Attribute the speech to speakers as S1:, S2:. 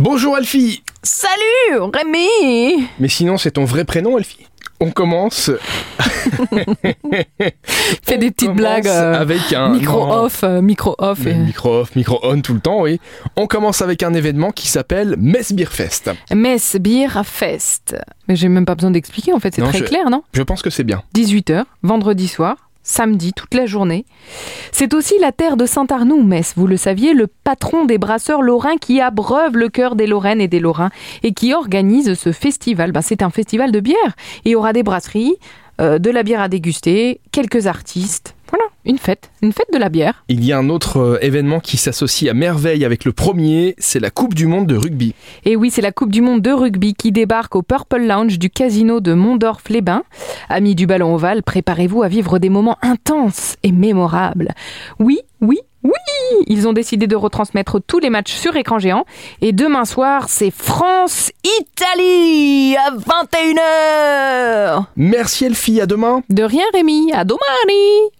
S1: Bonjour Alfie
S2: Salut Rémi
S1: Mais sinon c'est ton vrai prénom Alfie on commence.
S2: Fais des petites
S1: commence
S2: blagues. euh,
S1: avec un
S2: micro
S1: Ah, non,
S2: off, euh, micro off.
S1: mais micro off, micro on tout le temps, oui. On commence avec un événement qui s'appelle Mess Beer Fest.
S2: et- Metz Beer Fest. Mais j'ai même pas besoin d'expliquer en fait, c'est
S1: Non,
S2: très
S1: je-
S2: clair, non
S1: Je pense que c'est bien.
S2: 18h, vendredi soir, samedi, toute la journée. C'est aussi la terre de Saint-Arnoux, Metz, vous le saviez, le patron des brasseurs lorrains qui abreuve le cœur des Lorraines et des Lorrains et qui organise ce festival. Ben, c'est un festival de bière. Et il y aura des brasseries, euh, de la bière à déguster, quelques artistes. Voilà, une fête, une fête de la bière.
S1: Il y a un autre euh, événement qui s'associe à merveille avec le premier, c'est la Coupe du Monde de rugby.
S2: Et oui, c'est la Coupe du Monde de rugby qui débarque au Purple Lounge du casino de Mondorf-les-Bains. Amis du ballon ovale, préparez-vous à vivre des moments intenses et mémorables. Oui, oui, oui Ils ont décidé de retransmettre tous les matchs sur écran géant. Et demain soir, c'est France-Italie à 21h
S1: Merci Elfie, à demain
S2: De rien, Rémi, à domani